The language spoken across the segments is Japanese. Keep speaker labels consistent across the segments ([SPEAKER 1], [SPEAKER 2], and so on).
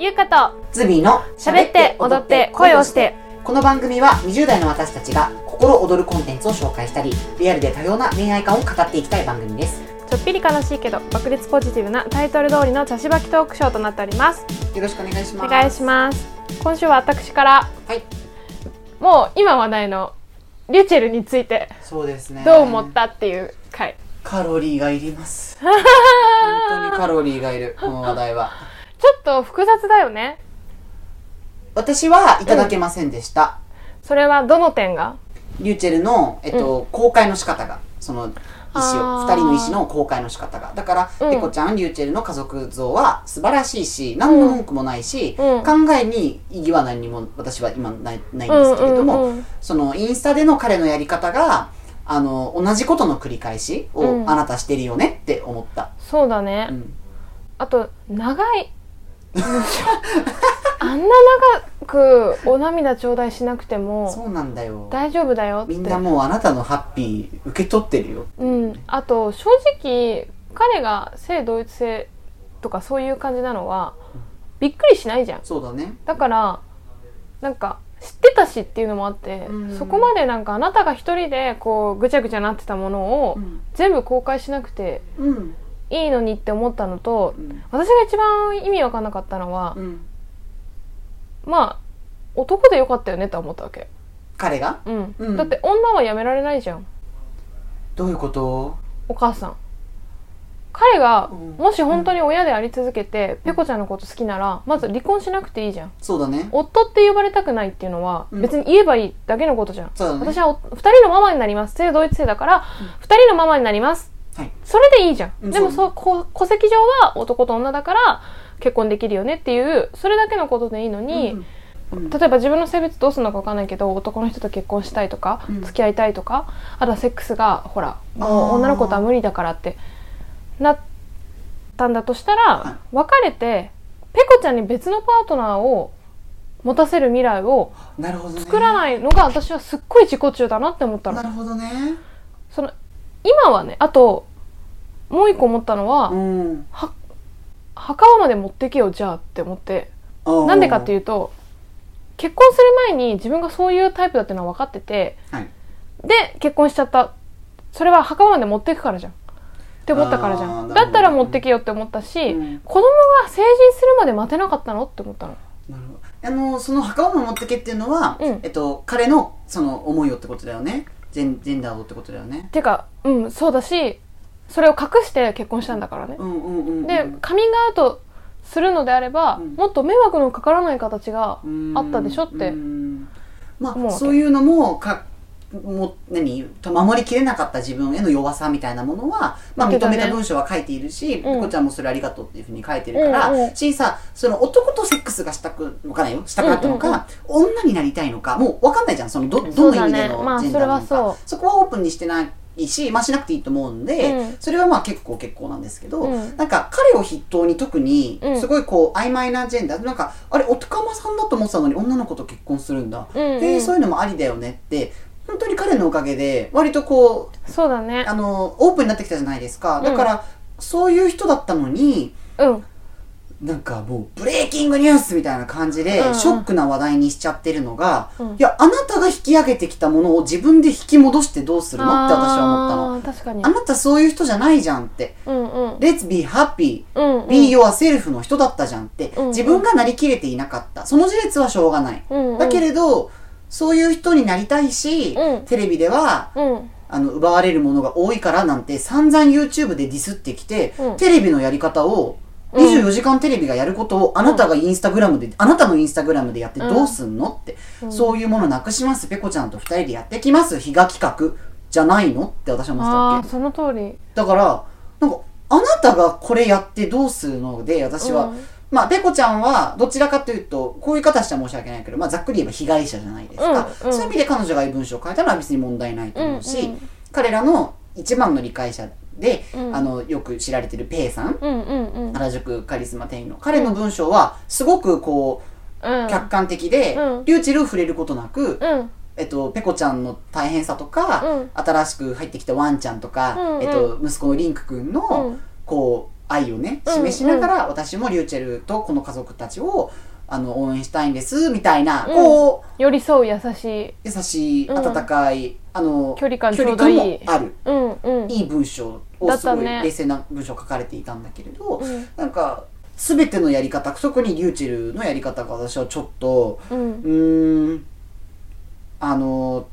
[SPEAKER 1] ゆうかと
[SPEAKER 2] ズビーの
[SPEAKER 1] 喋って踊って声をして
[SPEAKER 2] この番組は20代の私たちが心躍るコンテンツを紹介したりリアルで多様な恋愛観を語っていきたい番組です
[SPEAKER 1] ちょっぴり悲しいけど爆裂ポジティブなタイトル通りの茶しばきトークショーとなっております
[SPEAKER 2] よろしくお願いします
[SPEAKER 1] お願いします今週は私から
[SPEAKER 2] はい
[SPEAKER 1] もう今話題のリュチェルについて
[SPEAKER 2] そうですね
[SPEAKER 1] どう思ったっていう回
[SPEAKER 2] カロリーがいります 本当にカロリーがいるこの話題は
[SPEAKER 1] ちょっと複雑だよね
[SPEAKER 2] 私はいただけませんでした、
[SPEAKER 1] それはどの点が
[SPEAKER 2] リューチェルの、えっと公開の仕方がその意思
[SPEAKER 1] あ
[SPEAKER 2] を
[SPEAKER 1] ー
[SPEAKER 2] 二人の意思の公開の仕方がだから、
[SPEAKER 1] うん
[SPEAKER 2] ペコちゃんリューチェルの家族像は素晴らしいし何の文句もないし、
[SPEAKER 1] うん
[SPEAKER 2] 考えに意義は何にも私は今ないないんですけれど
[SPEAKER 1] うん
[SPEAKER 2] も、
[SPEAKER 1] うんうん
[SPEAKER 2] そのインスタでの彼のやり方があの同じことの繰り返しを、
[SPEAKER 1] うん
[SPEAKER 2] あなたしてるよねって思った、
[SPEAKER 1] そうだね、
[SPEAKER 2] うん
[SPEAKER 1] あと長い あんな長くお涙頂戴しなくても
[SPEAKER 2] そうなんだよ
[SPEAKER 1] 大丈夫だよって
[SPEAKER 2] みんなもうあなたのハッピー受け取ってるよ
[SPEAKER 1] うん、あと正直彼が性同一性とかそういう感じなのはびっくりしないじゃん
[SPEAKER 2] そうだね
[SPEAKER 1] だからなんか知ってたしっていうのもあって、
[SPEAKER 2] うん
[SPEAKER 1] そこまでなんかあなたが一人でこうぐちゃぐちゃなってたものを
[SPEAKER 2] うん
[SPEAKER 1] 全部公開しなくて
[SPEAKER 2] うん
[SPEAKER 1] いいのにって思ったのと
[SPEAKER 2] うん
[SPEAKER 1] 私が一番意味わかんなかったのは、
[SPEAKER 2] うん
[SPEAKER 1] まあ男でよかったよねって思ったわけ、
[SPEAKER 2] 彼が
[SPEAKER 1] うん
[SPEAKER 2] うん
[SPEAKER 1] だって女はやめられないじゃん
[SPEAKER 2] どういうこと
[SPEAKER 1] お母さん彼が
[SPEAKER 2] うん
[SPEAKER 1] もし本当に親であり続けて、ペコちゃんのこと好きならまず離婚しなくていいじゃん
[SPEAKER 2] そうだね
[SPEAKER 1] 夫って呼ばれたくないっていうのは、
[SPEAKER 2] うん
[SPEAKER 1] 別に言えばいいだけのことじゃん、
[SPEAKER 2] そうだね
[SPEAKER 1] 私はお二人のママになります性同一性だから、二人のママになります
[SPEAKER 2] はい
[SPEAKER 1] それでいいじゃん、
[SPEAKER 2] うん
[SPEAKER 1] でも
[SPEAKER 2] そ
[SPEAKER 1] そ
[SPEAKER 2] う
[SPEAKER 1] うこ戸籍上は男と女だから結婚できるよねっていうそれだけのことでいいのに、
[SPEAKER 2] うんうん
[SPEAKER 1] 例えば自分の性別どうするのか分かんないけど男の人と結婚したいとか、
[SPEAKER 2] うん
[SPEAKER 1] 付き合いたいとかあとはセックスがほらも
[SPEAKER 2] あー
[SPEAKER 1] う女の子とは無理だからってなったんだとしたら、
[SPEAKER 2] は
[SPEAKER 1] 別れてペコちゃんに別のパートナーを持たせる未来を
[SPEAKER 2] なるほどね
[SPEAKER 1] 作らないのが私はすっごい自己中だなって思ったの
[SPEAKER 2] な。るほどね
[SPEAKER 1] その今はねあともう一個思ったのは、
[SPEAKER 2] うん
[SPEAKER 1] 墓場まで持ってけよじゃあって思ってなんでかって
[SPEAKER 2] い
[SPEAKER 1] いうと結婚する前に自分がそういうタイプだっていうのは分かってて
[SPEAKER 2] うはい
[SPEAKER 1] で結婚しちゃったそれは墓場まで持っていくからじゃんって思ったからじ
[SPEAKER 2] あ
[SPEAKER 1] ゃ
[SPEAKER 2] ー
[SPEAKER 1] ん
[SPEAKER 2] なるほど
[SPEAKER 1] だったら持ってけよって思ったし、
[SPEAKER 2] うん
[SPEAKER 1] 子供が成人するまで待てなかったのって思ったの
[SPEAKER 2] なるほどあのその墓を守ってけっていうのは、
[SPEAKER 1] うん
[SPEAKER 2] えっと彼のその思いをってことだよねジェンジェンダーをってことだよね
[SPEAKER 1] てかうんそうだしそれを隠して結婚したんだからね
[SPEAKER 2] う、んうんうんうん
[SPEAKER 1] でカミングアウトするのであれば、
[SPEAKER 2] うん
[SPEAKER 1] もっと迷惑のかからない形が
[SPEAKER 2] うん
[SPEAKER 1] あったでしょって
[SPEAKER 2] うんま
[SPEAKER 1] 思う
[SPEAKER 2] あ
[SPEAKER 1] わけ
[SPEAKER 2] そういうのもかも何守りきれなかった自分への弱さみたいなものは、まあ、
[SPEAKER 1] 言ってた
[SPEAKER 2] 認
[SPEAKER 1] ね
[SPEAKER 2] めた文章は書いているし、
[SPEAKER 1] うん
[SPEAKER 2] こちゃんもそれありがとうっていうふうに書いてるから、
[SPEAKER 1] うんうん
[SPEAKER 2] しさその男とセックスがしたくのかないよしたかったのか、
[SPEAKER 1] うんう
[SPEAKER 2] 女になりたいのかもう分かんないじゃんそのど
[SPEAKER 1] そ
[SPEAKER 2] ど
[SPEAKER 1] う
[SPEAKER 2] の意
[SPEAKER 1] だ
[SPEAKER 2] 味
[SPEAKER 1] ね
[SPEAKER 2] での
[SPEAKER 1] まあ
[SPEAKER 2] ジェンダーなのか、
[SPEAKER 1] それはそう
[SPEAKER 2] こはオープンにしてないし、まあ、しなくていいと思うんで、
[SPEAKER 1] うん
[SPEAKER 2] それはまあ結構結構なんですけど、
[SPEAKER 1] うん
[SPEAKER 2] なんか彼を筆頭に特に
[SPEAKER 1] うん
[SPEAKER 2] すごいこう曖昧なジェンダー、なんかあれ男間さんだと思ってたのに女の子と結婚するんだ、
[SPEAKER 1] うんうん
[SPEAKER 2] へえそういうのもありだよねって本当に彼のおかげで割とこう
[SPEAKER 1] そうだね
[SPEAKER 2] あのオープンになってきたじゃないですか
[SPEAKER 1] ん
[SPEAKER 2] だから、そういう人だったのに
[SPEAKER 1] うん
[SPEAKER 2] なんかもうブレイキングニュースみたいな感じで、
[SPEAKER 1] うんうん
[SPEAKER 2] ショックな話題にしちゃってるのが、
[SPEAKER 1] うん
[SPEAKER 2] いやあなたが引き上げてきたものを自分で引き戻してどうするのって私は思ったの。
[SPEAKER 1] あー確かに
[SPEAKER 2] あなたそういう人じゃないじゃんって。
[SPEAKER 1] うんうん
[SPEAKER 2] Let's be happy.
[SPEAKER 1] うんうん
[SPEAKER 2] Be yourself の人だったじゃんって、
[SPEAKER 1] うん
[SPEAKER 2] 自分がなりきれていなかった。その事実はしょうがない。
[SPEAKER 1] うんうん
[SPEAKER 2] だけれど、そういう人になりたいし、
[SPEAKER 1] うん
[SPEAKER 2] テレビでは、
[SPEAKER 1] うん
[SPEAKER 2] あの、奪われるものが多いからなんて散々 YouTube でディスってきて、
[SPEAKER 1] うん
[SPEAKER 2] テレビのやり方を、
[SPEAKER 1] うん
[SPEAKER 2] 24時間テレビがやることをあなたがインスタグラムで、あなたのインスタグラムでやってどうすんのって、
[SPEAKER 1] ん
[SPEAKER 2] そういうものなくします。ペコちゃんと二人でやってきます。比嘉企画じゃないのって私は思ってたわけ
[SPEAKER 1] ああ。ーその通り
[SPEAKER 2] だからなんかあなたがこれやってどうするので私は、
[SPEAKER 1] うん
[SPEAKER 2] まあペコちゃんはどちらかというとこういう言い方したら申し訳ないけど、まあ、ざっくり言えば被害者じゃないですか、
[SPEAKER 1] うんうん
[SPEAKER 2] そういう意味で彼女がいい文章を書いたのは別に問題ないと思うし、
[SPEAKER 1] うんうん
[SPEAKER 2] 彼らの一番の理解者で、
[SPEAKER 1] うん
[SPEAKER 2] あのよく知られてるペイさん
[SPEAKER 1] うんうんうん
[SPEAKER 2] 原宿カリスマ店員の彼の文章はすごくこう客観的で、
[SPEAKER 1] うん
[SPEAKER 2] リューチェルを触れることなく、
[SPEAKER 1] うん
[SPEAKER 2] えっと、ペコちゃんの大変さとか、
[SPEAKER 1] うん
[SPEAKER 2] 新しく入ってきたワンちゃんとか、
[SPEAKER 1] うんうん
[SPEAKER 2] えっと、息子のリンクくんの、
[SPEAKER 1] うん
[SPEAKER 2] こう愛をね
[SPEAKER 1] うん
[SPEAKER 2] 示しながら、私もリューチェルとこの家族たちをあの応援したいんですみたいな、
[SPEAKER 1] うん
[SPEAKER 2] こう
[SPEAKER 1] 寄り添う優しい
[SPEAKER 2] 優しい
[SPEAKER 1] うん
[SPEAKER 2] 温かい、あの
[SPEAKER 1] 距離感ちょうど
[SPEAKER 2] 感
[SPEAKER 1] いい
[SPEAKER 2] もある
[SPEAKER 1] うんうん
[SPEAKER 2] いい文章
[SPEAKER 1] だ
[SPEAKER 2] を
[SPEAKER 1] っ
[SPEAKER 2] す
[SPEAKER 1] た
[SPEAKER 2] ごい
[SPEAKER 1] ね
[SPEAKER 2] 冷静な文章を書かれていたんだけれど、
[SPEAKER 1] うん
[SPEAKER 2] なんか全てのやり方特にリューチェルのやり方が私はちょっと
[SPEAKER 1] うん
[SPEAKER 2] うーんあの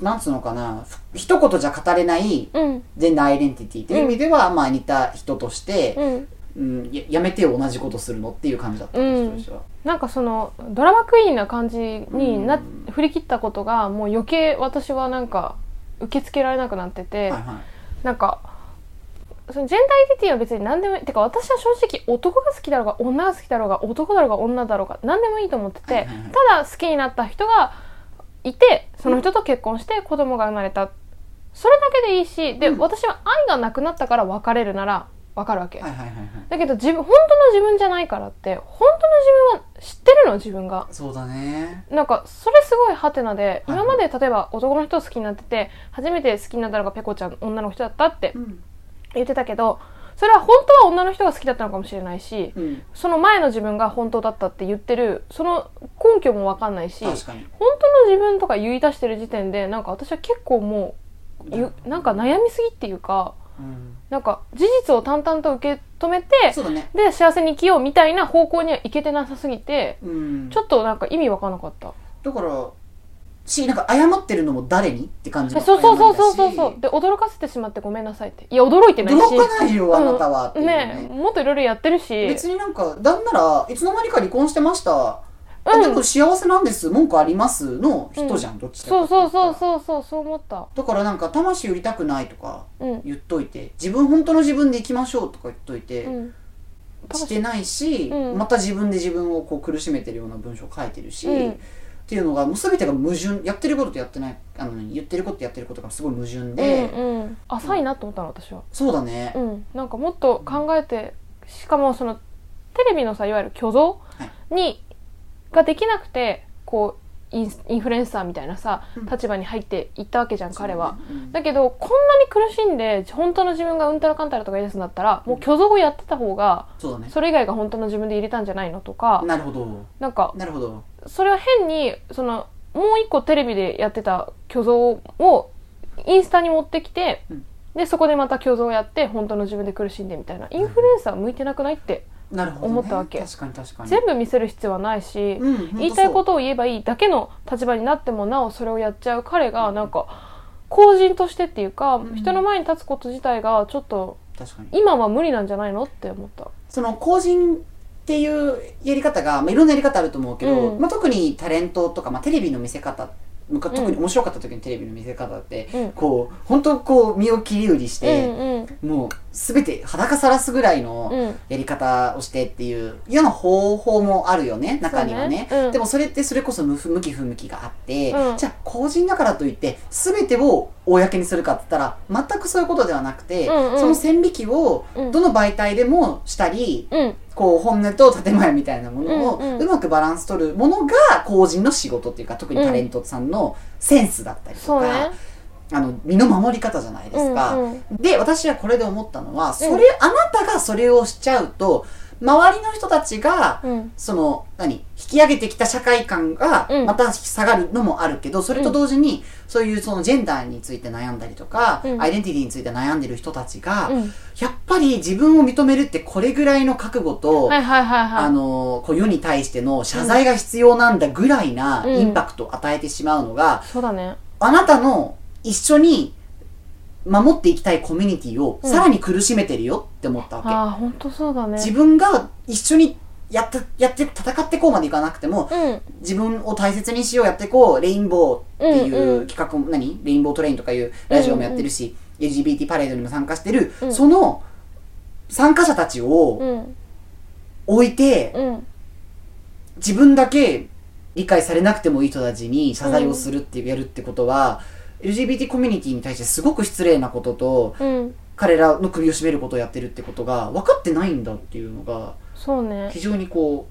[SPEAKER 2] なんつうのかなふ一言じゃ語れない
[SPEAKER 1] うん
[SPEAKER 2] ジェンダーアイデンティティっていう意味では、まあ似た人として、
[SPEAKER 1] うん
[SPEAKER 2] うん、ややめてよ同じことするのっていう感じだった
[SPEAKER 1] うん
[SPEAKER 2] 私は。
[SPEAKER 1] なんかそのドラマクイーンな感じにな、
[SPEAKER 2] うん
[SPEAKER 1] 振り切ったことがもう余計私はなんか受け付けられなくなってて、
[SPEAKER 2] はいは
[SPEAKER 1] なんかそのジェンダーアイデンティティは別に何でもいいてか私は正直男が好きだろうが女が好きだろうが男だろうが女だろうが何でもいいと思ってて、
[SPEAKER 2] はいはいはい
[SPEAKER 1] ただ好きになった人がいてその人と結婚して子供が生まれたそれだけでいいしで、
[SPEAKER 2] うん
[SPEAKER 1] 私は愛がなくなったから別れるなら分かるわけ、
[SPEAKER 2] いはいはいはいはい。
[SPEAKER 1] だけど自分本当の自分じゃないからって本当の自分は知ってるの自分が
[SPEAKER 2] そうだね。
[SPEAKER 1] なんかそれすごいハテナで
[SPEAKER 2] はい
[SPEAKER 1] 今まで例えば男の人を好きになってて初めて好きになったのがペコちゃん女の人だったって
[SPEAKER 2] うん。
[SPEAKER 1] 言ってたけどそれは本当は女の人が好きだったのかもしれないし
[SPEAKER 2] うん。
[SPEAKER 1] その前の自分が本当だったって言ってるその根拠も分かんないし本
[SPEAKER 2] 確かに。
[SPEAKER 1] 当の自分とか言い出してる時点でなんか私は結構もうゆなんか悩みすぎっていうか
[SPEAKER 2] うん、
[SPEAKER 1] なんか事実を淡々と受け止めて
[SPEAKER 2] そうだね。
[SPEAKER 1] で幸せに生きようみたいな方向にはいけてなさすぎて
[SPEAKER 2] うん。
[SPEAKER 1] ちょっとなんか意味わかんなかった
[SPEAKER 2] だから、し、なんか謝ってるのも誰にって感じ
[SPEAKER 1] そう
[SPEAKER 2] の
[SPEAKER 1] そうそうそうそう
[SPEAKER 2] 謝
[SPEAKER 1] そ
[SPEAKER 2] り
[SPEAKER 1] うで驚かせてしまってごめんなさいっていや驚いて
[SPEAKER 2] だ
[SPEAKER 1] な
[SPEAKER 2] し
[SPEAKER 1] いし
[SPEAKER 2] 驚かないよ、あなたはっていう
[SPEAKER 1] ねえもっといろいろやってるし
[SPEAKER 2] 別になんか、だんなら、いつの間にか離婚してました。
[SPEAKER 1] うん
[SPEAKER 2] でも幸せなんです、文句ありますの人じゃん、どっちかってい
[SPEAKER 1] そうそうそう
[SPEAKER 2] う
[SPEAKER 1] そうそうそう思った
[SPEAKER 2] と。だからなんか、魂売りたくないとか
[SPEAKER 1] うん
[SPEAKER 2] 言っといて、自分本当の自分で行きましょうとか言っといて、
[SPEAKER 1] うん
[SPEAKER 2] してないし、
[SPEAKER 1] うん
[SPEAKER 2] また自分で自分をこう苦しめてるような文章を書いてるし、
[SPEAKER 1] うん
[SPEAKER 2] っていうのがもう全てが矛盾やってることとやってないあの言ってることとやってることがすごい矛盾で、
[SPEAKER 1] うんうん浅いなと思ったの私は
[SPEAKER 2] そうだね、
[SPEAKER 1] うんなんかもっと考えてしかもそのテレビのさいわゆる虚像にができなくてこうインスインフルエンサーみたいなさ
[SPEAKER 2] うん
[SPEAKER 1] 立場に入っていったわけじゃん彼は
[SPEAKER 2] そうだね、
[SPEAKER 1] だけどこんなに苦しんで本当の自分がうんたらかんたらとか言い出すんだったらもう虚像をやってた方が
[SPEAKER 2] そうだね
[SPEAKER 1] それ以外が本当の自分で入れたんじゃないのとか
[SPEAKER 2] なるほど
[SPEAKER 1] なんか
[SPEAKER 2] なるほど
[SPEAKER 1] それは変にそのもう一個テレビでやってた虚像をインスタに持ってきて、
[SPEAKER 2] うん
[SPEAKER 1] でそこでまた虚像をやって本当の自分で苦しんでみたいなインフルエンサー向いてなくないって
[SPEAKER 2] なるほど、ね、
[SPEAKER 1] 思ったわけ
[SPEAKER 2] 確かに確かに
[SPEAKER 1] 全部見せる必要はないし、
[SPEAKER 2] うん本当そう
[SPEAKER 1] 言いたいことを言えばいいだけの立場になってもなおそれをやっちゃう彼がなんか公人としてっていうか、
[SPEAKER 2] ん
[SPEAKER 1] 人の前に立つこと自体がちょっと
[SPEAKER 2] 確かに
[SPEAKER 1] 今は無理なんじゃないのって思った。
[SPEAKER 2] その公人っていうやり方が、まあ、いろんなやり方あると思うけど、
[SPEAKER 1] うん
[SPEAKER 2] まあ、特にタレントとか、まあ、テレビの見せ方むか特に面白かった時のテレビの見せ方って、
[SPEAKER 1] うん
[SPEAKER 2] こう本当こう身を切り売りし
[SPEAKER 1] う
[SPEAKER 2] て、
[SPEAKER 1] んうん
[SPEAKER 2] もう全て裸さらすぐらいの
[SPEAKER 1] うん
[SPEAKER 2] やり方をしてっていうような方法もあるよね中にはね
[SPEAKER 1] そうねうん
[SPEAKER 2] でもそれってそれこそ無向き不向きがあって、
[SPEAKER 1] うん
[SPEAKER 2] じゃあ公人だからといって全てを公にするかって言ったら全くそういうことではなくて、
[SPEAKER 1] うんうん
[SPEAKER 2] その線引きをどの媒体でもしたり、
[SPEAKER 1] うん
[SPEAKER 2] こう本音と建前みたいなもの
[SPEAKER 1] うんう
[SPEAKER 2] を
[SPEAKER 1] ん
[SPEAKER 2] うまくバランス取るものが公人の仕事っていうか特にタレントさんのセンスだったりと
[SPEAKER 1] そう
[SPEAKER 2] か、
[SPEAKER 1] ね
[SPEAKER 2] あの身の守り方じゃないですか。
[SPEAKER 1] うんうん
[SPEAKER 2] で、私はこれで思ったのは、それ、あなたがそれをしちゃうと、周りの人たちが、
[SPEAKER 1] うん
[SPEAKER 2] その、何、引き上げてきた社会観が
[SPEAKER 1] う、ん
[SPEAKER 2] また下がるのもあるけど、それと同時に、そういうそのジェンダーについて悩んだりとか、
[SPEAKER 1] うん
[SPEAKER 2] アイデンティティについて悩んでる人たちが、
[SPEAKER 1] うん
[SPEAKER 2] やっぱり自分を認めるってこれぐらいの覚悟と、
[SPEAKER 1] はいはいはいはい
[SPEAKER 2] あの、こう世に対しての謝罪が必要なんだぐらいな
[SPEAKER 1] うん
[SPEAKER 2] インパクトを与えてしまうのが、
[SPEAKER 1] そうだね
[SPEAKER 2] あなたの一緒に守っていきたいコミュニティを
[SPEAKER 1] うん
[SPEAKER 2] さらに苦しめてるよって思ったわけ。
[SPEAKER 1] ああ本当そうだね
[SPEAKER 2] 自分が一緒にやった、やって、戦ってこうまでいかなくても、
[SPEAKER 1] うん
[SPEAKER 2] 自分を大切にしようやってこう、レインボーって
[SPEAKER 1] うん
[SPEAKER 2] いううん企画も、何レインボートレインとかいうラジオもやってるし、LGBT パレードにも参加してる、
[SPEAKER 1] うん
[SPEAKER 2] その参加者たち
[SPEAKER 1] う
[SPEAKER 2] を
[SPEAKER 1] ん
[SPEAKER 2] 置いて、
[SPEAKER 1] うん
[SPEAKER 2] 自分だけ理解されなくてもいい人たちに謝罪をするって、やるってことは、LGBT コミュニティに対してすごく失礼なことと、
[SPEAKER 1] うん
[SPEAKER 2] 彼らの首を絞めることをやってるってことが分かってないんだっていうのが、
[SPEAKER 1] そうね
[SPEAKER 2] 非常にこ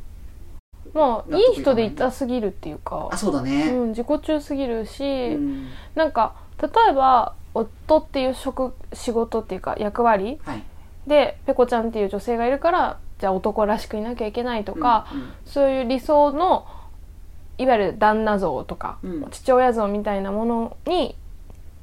[SPEAKER 1] まあ
[SPEAKER 2] 納
[SPEAKER 1] い
[SPEAKER 2] 得いかない
[SPEAKER 1] い人でいたすぎるっていうか
[SPEAKER 2] う、あ、そうだ
[SPEAKER 1] う
[SPEAKER 2] ね。
[SPEAKER 1] ん、自己中すぎるし、
[SPEAKER 2] うん
[SPEAKER 1] なんか例えば夫っていう職仕事っていうか役割
[SPEAKER 2] はい。
[SPEAKER 1] でペコちゃんっていう女性がいるからじゃあ男らしくいなきゃいけないと
[SPEAKER 2] と
[SPEAKER 1] か、、そういう理想のいわゆる旦那像とか、
[SPEAKER 2] うん
[SPEAKER 1] 父親像みたいなものに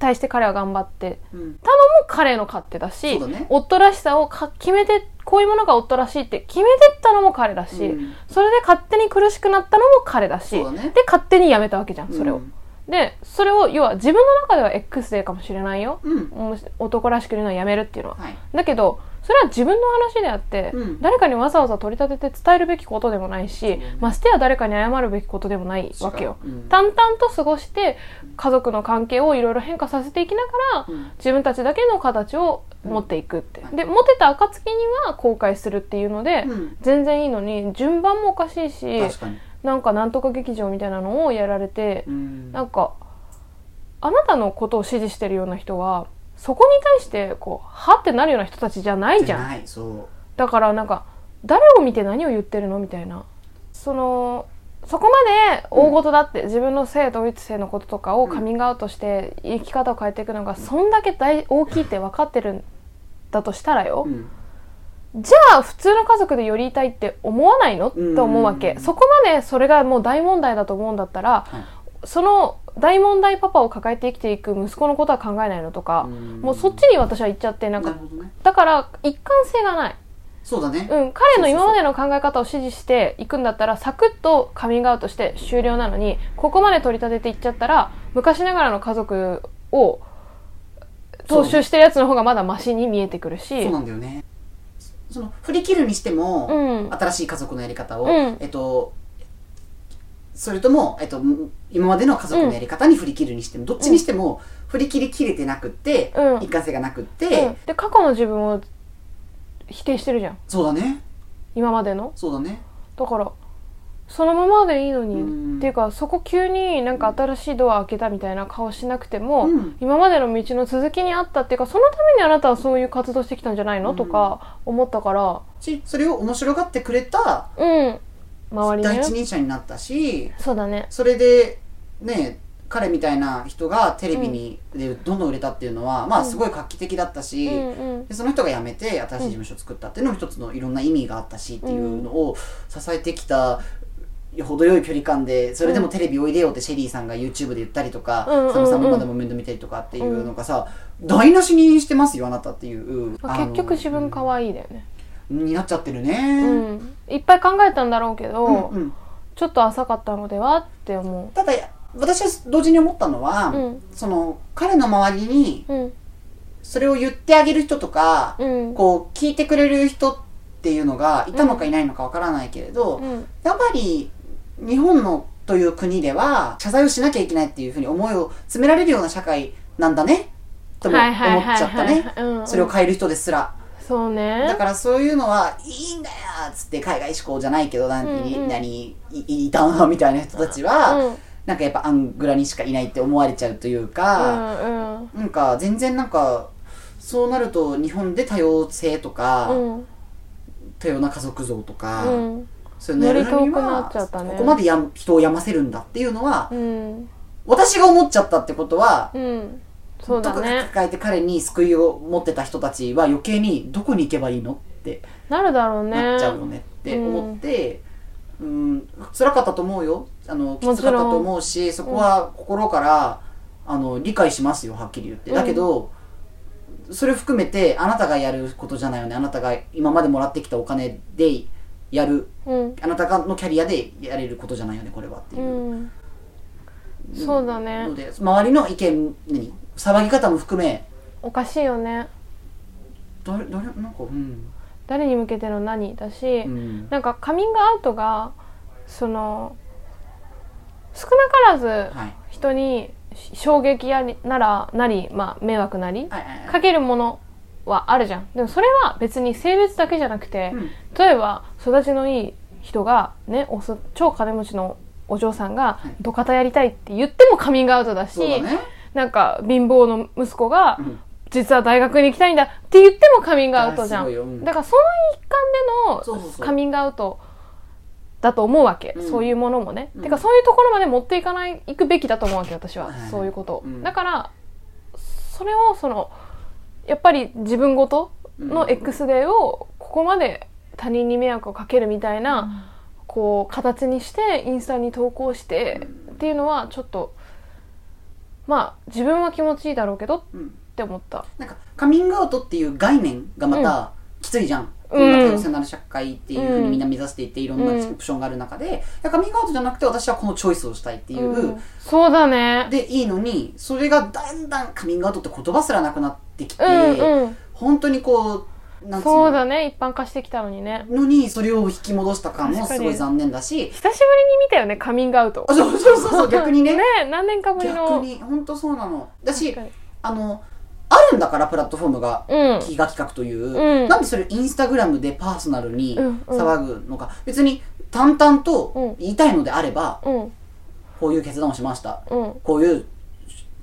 [SPEAKER 1] 対して彼は頑張って
[SPEAKER 2] うんうん
[SPEAKER 1] たのも彼の勝手だし
[SPEAKER 2] そうだね
[SPEAKER 1] 夫らしさをか決めてこういうものが夫らしいって決めてったのも彼だし、
[SPEAKER 2] うん
[SPEAKER 1] それで勝手に苦しくなったのも彼だし
[SPEAKER 2] そうだね
[SPEAKER 1] で勝手にやめたわけじゃんそれを。
[SPEAKER 2] うん
[SPEAKER 1] でそれを要は自分の中では X デーかもしれないよ、
[SPEAKER 2] うん
[SPEAKER 1] もう男らしくいるのはやめるっていうのは。
[SPEAKER 2] はい
[SPEAKER 1] だけどそれは自分の話であって、
[SPEAKER 2] うん
[SPEAKER 1] 誰かにわざわざ取り立てて伝えるべきことでもないし、
[SPEAKER 2] そうね
[SPEAKER 1] ましてや誰かに謝るべきことでもないわけよ。
[SPEAKER 2] 違ううん
[SPEAKER 1] 淡々と過ごして家族の関係をいろいろ変化させていきながら、
[SPEAKER 2] うん
[SPEAKER 1] 自分たちだけの形を持っていくって、
[SPEAKER 2] うん
[SPEAKER 1] で持てた暁には後悔するっていうので、
[SPEAKER 2] うん
[SPEAKER 1] 全然いいのに順番もおかしいし
[SPEAKER 2] 確かに
[SPEAKER 1] なんかなんとか劇場みたいなのをやられて、
[SPEAKER 2] うん
[SPEAKER 1] なんかあなたのことを支持してるような人はそこに対してこうはってなるような人たちじゃないじゃん
[SPEAKER 2] ないそう
[SPEAKER 1] だからなんか誰を見て何を言ってるのみたいなそのそこまで大事だって、自分の性同一性のこととかをカミングアウトして生き方を変えていくのがそんだけ大大きいって分かってるんだとしたらよ、
[SPEAKER 2] うん
[SPEAKER 1] じゃあ普通の家族で寄りたいって思わないの
[SPEAKER 2] うん
[SPEAKER 1] と思うわけそこまでそれがもう大問題だと思うんだったら、
[SPEAKER 2] はい
[SPEAKER 1] その大問題パパを抱えて生きていく息子のことは考えないのとか、
[SPEAKER 2] うん
[SPEAKER 1] もうそっちに私は行っちゃってなんか、
[SPEAKER 2] なるほどね
[SPEAKER 1] だから一貫性がない
[SPEAKER 2] そうだね
[SPEAKER 1] うん、彼の今までの考え方を支持していくんだったらサクッとカミングアウトして終了なのにここまで取り立てていっちゃったら昔ながらの家族を踏襲してるやつの方がまだマシに見えてくるし
[SPEAKER 2] そうなんだよねその振り切るにしても、
[SPEAKER 1] うん
[SPEAKER 2] 新しい家族のやり方を、
[SPEAKER 1] うん
[SPEAKER 2] えっとそれとも、えっと、今までの家族のやり方に振り切るにしても、どっちにしても振り切り切れてなくって、
[SPEAKER 1] うん
[SPEAKER 2] 一貫性がなくっ
[SPEAKER 1] う
[SPEAKER 2] て、
[SPEAKER 1] ん、で過去の自分を否定してるじゃん
[SPEAKER 2] そうだね
[SPEAKER 1] 今までの
[SPEAKER 2] そうだね
[SPEAKER 1] だからそのままでいいの
[SPEAKER 2] うん
[SPEAKER 1] にっていうかそこ急になんか新しいドア開けたみたいな顔しなくても、
[SPEAKER 2] うん
[SPEAKER 1] 今までの道の続きにあったっていうかそのためにあなたはそういう活動してきたんじゃないの、
[SPEAKER 2] うん
[SPEAKER 1] とか思ったから
[SPEAKER 2] しそれを面白がってくれた
[SPEAKER 1] うん周り
[SPEAKER 2] 第一
[SPEAKER 1] ね
[SPEAKER 2] 人者になったし、
[SPEAKER 1] そうだね
[SPEAKER 2] それでね彼みたいな人がテレビに、でどんどん売れたっていうのはまあすごい画期的だったし、
[SPEAKER 1] うんうん
[SPEAKER 2] でその人が辞めて新しい事務所を作ったっていうのも一つのいろんな意味があったしっていうのを支えてきた程よい距離感でそれでもテレビおいでよってシェリーさんが YouTube で言ったりとか、
[SPEAKER 1] うんうんうん
[SPEAKER 2] サムさんも今でも面倒見たりとかっていうのがさ、台無しにしてますよあなたっていう、
[SPEAKER 1] まあ結局自分可愛いだよね
[SPEAKER 2] になっちゃってる
[SPEAKER 1] う
[SPEAKER 2] ね、
[SPEAKER 1] んいっぱい考えたんだろうけど、
[SPEAKER 2] うんうん
[SPEAKER 1] ちょっと浅かったのではって思
[SPEAKER 2] ただ私は同時に思ったのは、
[SPEAKER 1] うん
[SPEAKER 2] その彼の周りに
[SPEAKER 1] ううん
[SPEAKER 2] それを言ってあげる人とか、
[SPEAKER 1] うん
[SPEAKER 2] こう聞いてくれる人っていうのがいたのかいないのかわからないけれど、
[SPEAKER 1] うん
[SPEAKER 2] やっぱり日本のという国では謝罪をしなきゃいけないっていうふうに思いを詰められるような社会なんだねとも思っちゃったね
[SPEAKER 1] うんうん
[SPEAKER 2] それを変える人ですら
[SPEAKER 1] そうね
[SPEAKER 2] だからそういうのはいいんだよっつって海外志向じゃないけど何、
[SPEAKER 1] うんうん
[SPEAKER 2] 何いいたなみたいな人たちは、
[SPEAKER 1] うん
[SPEAKER 2] なんかやっぱアングラにしかいないって思われちゃうというか、
[SPEAKER 1] うん
[SPEAKER 2] なんか全然なんかそうなると日本で多様性とか、
[SPEAKER 1] うんうん
[SPEAKER 2] 多様な家族像とか、
[SPEAKER 1] うん
[SPEAKER 2] そういうのやるの
[SPEAKER 1] より
[SPEAKER 2] に
[SPEAKER 1] 遠くな
[SPEAKER 2] は
[SPEAKER 1] っちゃったね
[SPEAKER 2] ここまでやん人を病ませるんだっていうのは、
[SPEAKER 1] うん
[SPEAKER 2] 私が思っちゃったってことは、
[SPEAKER 1] うんそうだ
[SPEAKER 2] どこか
[SPEAKER 1] ね
[SPEAKER 2] 抱えて彼に救いを持ってた人たちは余計にどこに行けばいいのって
[SPEAKER 1] なるだろうね
[SPEAKER 2] なっちゃうよねって思って、うん、辛かったと思うよあのきつかったと思うしそこは心から、あの理解しますよはっきり言ってだけど、それ含めてあなたがやることじゃないよねあなたが今までもらってきたお金でやる
[SPEAKER 1] うん
[SPEAKER 2] あなたのキャリアでやれることじゃないよねこれはっていうう、
[SPEAKER 1] んそうだ
[SPEAKER 2] の
[SPEAKER 1] ね
[SPEAKER 2] で周りの意見何騒ぎ方も含め
[SPEAKER 1] おかしいよね
[SPEAKER 2] 誰誰なんかうん、
[SPEAKER 1] 誰に向けての何だし、
[SPEAKER 2] うん、
[SPEAKER 1] なんかカミングアウトがその少なからず
[SPEAKER 2] はい
[SPEAKER 1] 人に衝撃やりならなり、まあ、迷惑なり
[SPEAKER 2] はいはいは
[SPEAKER 1] かけるものはあるじゃんでもそれは別に性別だけじゃなくて、
[SPEAKER 2] いうん
[SPEAKER 1] 例えば育ちのいい人がねおそ超金持ちのお嬢さんが
[SPEAKER 2] はい
[SPEAKER 1] 土方やりたいって言ってもカミングアウトだし
[SPEAKER 2] そうだね、
[SPEAKER 1] なんか貧乏の息子が
[SPEAKER 2] うん
[SPEAKER 1] 実は大学に行きたいんだって言ってもカミングアウトじゃ
[SPEAKER 2] あす
[SPEAKER 1] ん
[SPEAKER 2] ごいようん
[SPEAKER 1] だからその一
[SPEAKER 2] そう
[SPEAKER 1] 環で
[SPEAKER 2] そうそう
[SPEAKER 1] のカミングアウトだと思うわけ
[SPEAKER 2] うん
[SPEAKER 1] そういうものもね、
[SPEAKER 2] うん
[SPEAKER 1] てかそういうところまで持っていかないいくべきだと思うわけ私は、
[SPEAKER 2] はい
[SPEAKER 1] そういうことを、
[SPEAKER 2] うん
[SPEAKER 1] だからそれをそのやっぱり自分ごとの X デーをここまで他人に迷惑をかけるみたいな、こう形にしてインスタに投稿してっていうのはちょっとまあ自分は気持ちいいだろうけどっ
[SPEAKER 2] うん
[SPEAKER 1] て思った。
[SPEAKER 2] なんかカミングアウトっていう概念がまたきついじゃん、こ
[SPEAKER 1] うん
[SPEAKER 2] んな多様性のある社会っていうふう
[SPEAKER 1] う
[SPEAKER 2] に
[SPEAKER 1] ん
[SPEAKER 2] みんな目指していっていろんな
[SPEAKER 1] うん
[SPEAKER 2] オプションがある中で、いやカミングアウトじゃなくて私はこのチョイスをしたいっていう、
[SPEAKER 1] うんそうだね。
[SPEAKER 2] でいいのにそれがだんだんカミングアウトって言葉すらなくなってきて、
[SPEAKER 1] うんうん。
[SPEAKER 2] 本当にこうなんつう
[SPEAKER 1] そう
[SPEAKER 2] の
[SPEAKER 1] だね。一般化してきたのにね。
[SPEAKER 2] のにそれを引き戻した感も
[SPEAKER 1] 確か
[SPEAKER 2] す
[SPEAKER 1] に
[SPEAKER 2] ごい残念だし
[SPEAKER 1] 久しぶりに見たよね、カミングアウト
[SPEAKER 2] あ。そうそうそ うそう逆にね
[SPEAKER 1] 何年かぶりの。
[SPEAKER 2] 逆に本当そうなのだし
[SPEAKER 1] 確かに
[SPEAKER 2] あのあるんだからプラットフォームが
[SPEAKER 1] うん。
[SPEAKER 2] 飢餓企画という、
[SPEAKER 1] うん
[SPEAKER 2] なんでそれインスタグラムでパーソナルに
[SPEAKER 1] うんうん
[SPEAKER 2] 騒ぐのか、別に淡々と
[SPEAKER 1] うん
[SPEAKER 2] 言いたいのであれば、
[SPEAKER 1] うん。
[SPEAKER 2] こういう決断をしました
[SPEAKER 1] うん。
[SPEAKER 2] こういう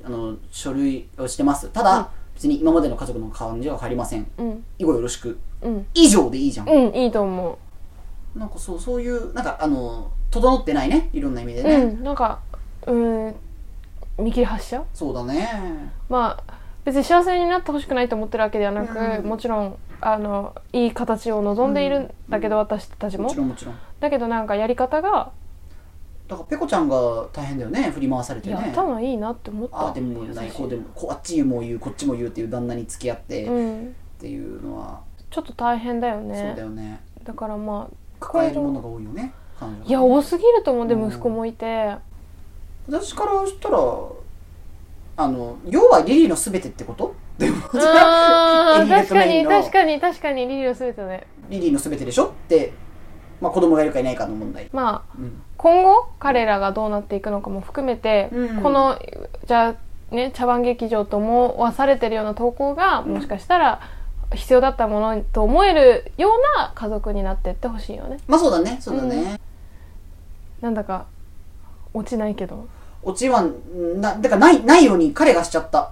[SPEAKER 2] あの書類をしてますただ、
[SPEAKER 1] うん
[SPEAKER 2] 別に今までの家族の感じは変わりません
[SPEAKER 1] うん。
[SPEAKER 2] 以後よろしく
[SPEAKER 1] うん。
[SPEAKER 2] 以上でいいじゃん、
[SPEAKER 1] うん。いいと思
[SPEAKER 2] なんかそうそういうなんかあの整ってないねいろんな意味で
[SPEAKER 1] う。
[SPEAKER 2] ね、
[SPEAKER 1] うん。なんか、うん。見切り発車
[SPEAKER 2] そうだね
[SPEAKER 1] まあ、別に幸せになってほしくないと思ってるわけではなく、
[SPEAKER 2] うん
[SPEAKER 1] もちろん、あの、いい形を望んでいるんだけど、私たち
[SPEAKER 2] も
[SPEAKER 1] も
[SPEAKER 2] ち。ろんもちろん
[SPEAKER 1] だけどなんかやり方が、
[SPEAKER 2] だからペコちゃんが大変だよね振り回されて
[SPEAKER 1] いや、
[SPEAKER 2] ね
[SPEAKER 1] 頭いいなって思った。
[SPEAKER 2] ああでもないこうでもこうあっちも言うこっちも言うっていう旦那に付き合って、
[SPEAKER 1] う
[SPEAKER 2] っ
[SPEAKER 1] ん。
[SPEAKER 2] ていうのは
[SPEAKER 1] ちょっと大変だよ
[SPEAKER 2] そう
[SPEAKER 1] ね。
[SPEAKER 2] だよね
[SPEAKER 1] だからまあ、
[SPEAKER 2] 抱えるものが多いよね彼女
[SPEAKER 1] いや多すぎると思うで
[SPEAKER 2] うん
[SPEAKER 1] 息子もいて、
[SPEAKER 2] 私からしたらあの要はリリーの全てってことでも
[SPEAKER 1] うん、
[SPEAKER 2] じゃあエリエ
[SPEAKER 1] 確
[SPEAKER 2] ット
[SPEAKER 1] か
[SPEAKER 2] メイ
[SPEAKER 1] に
[SPEAKER 2] ンの
[SPEAKER 1] 確かに確かにリリーを全てね
[SPEAKER 2] リリーの全てでしょって、まあ、子供がいるかいないかの問題、
[SPEAKER 1] まあ
[SPEAKER 2] うん
[SPEAKER 1] 今後彼らがどうなっていくのかも含めて、
[SPEAKER 2] うん
[SPEAKER 1] このじゃあね茶番劇場と思わされてるような投稿がもしかしたら必要だったものと思えるような家族になってってほしいよね
[SPEAKER 2] まあそうだねそうだね、
[SPEAKER 1] なんだか落ちないけど
[SPEAKER 2] オチはなだからないないように彼がしちゃった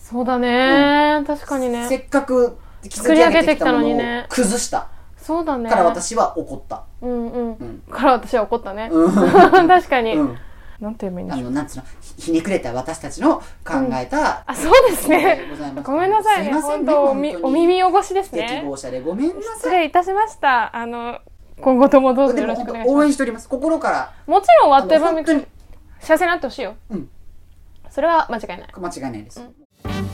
[SPEAKER 1] そうだね、確かに
[SPEAKER 2] せ
[SPEAKER 1] ね
[SPEAKER 2] っかく
[SPEAKER 1] 作り上げてきたのにね
[SPEAKER 2] 築き上げてきたものを崩した
[SPEAKER 1] そうだね
[SPEAKER 2] から私は怒った、
[SPEAKER 1] うんうん、
[SPEAKER 2] うん
[SPEAKER 1] から私は怒ったね、
[SPEAKER 2] うん
[SPEAKER 1] 確かに、
[SPEAKER 2] うん
[SPEAKER 1] なんて言えばいいんで
[SPEAKER 2] あ
[SPEAKER 1] しょう
[SPEAKER 2] のなんつうのひひねくれた私たちの考えた、
[SPEAKER 1] あ、そうですね。
[SPEAKER 2] ございます
[SPEAKER 1] ごめんなさいね。
[SPEAKER 2] すいません
[SPEAKER 1] 本
[SPEAKER 2] ね
[SPEAKER 1] 当お
[SPEAKER 2] 本当
[SPEAKER 1] み
[SPEAKER 2] に
[SPEAKER 1] お耳汚しです
[SPEAKER 2] 適
[SPEAKER 1] ね。
[SPEAKER 2] 合者でごめんな
[SPEAKER 1] 失
[SPEAKER 2] さい
[SPEAKER 1] 礼いたしました。あの、今後ともどうぞ
[SPEAKER 2] で
[SPEAKER 1] よろ
[SPEAKER 2] も
[SPEAKER 1] しくお願い
[SPEAKER 2] 本
[SPEAKER 1] し
[SPEAKER 2] 当
[SPEAKER 1] ま
[SPEAKER 2] 応
[SPEAKER 1] す。
[SPEAKER 2] 援しております心から
[SPEAKER 1] もちろん、ワッテバ
[SPEAKER 2] あの
[SPEAKER 1] ミ
[SPEAKER 2] 本当に
[SPEAKER 1] 幸せになってほしいよ。
[SPEAKER 2] うん
[SPEAKER 1] それは間違いない。
[SPEAKER 2] 間違いないです、
[SPEAKER 1] うん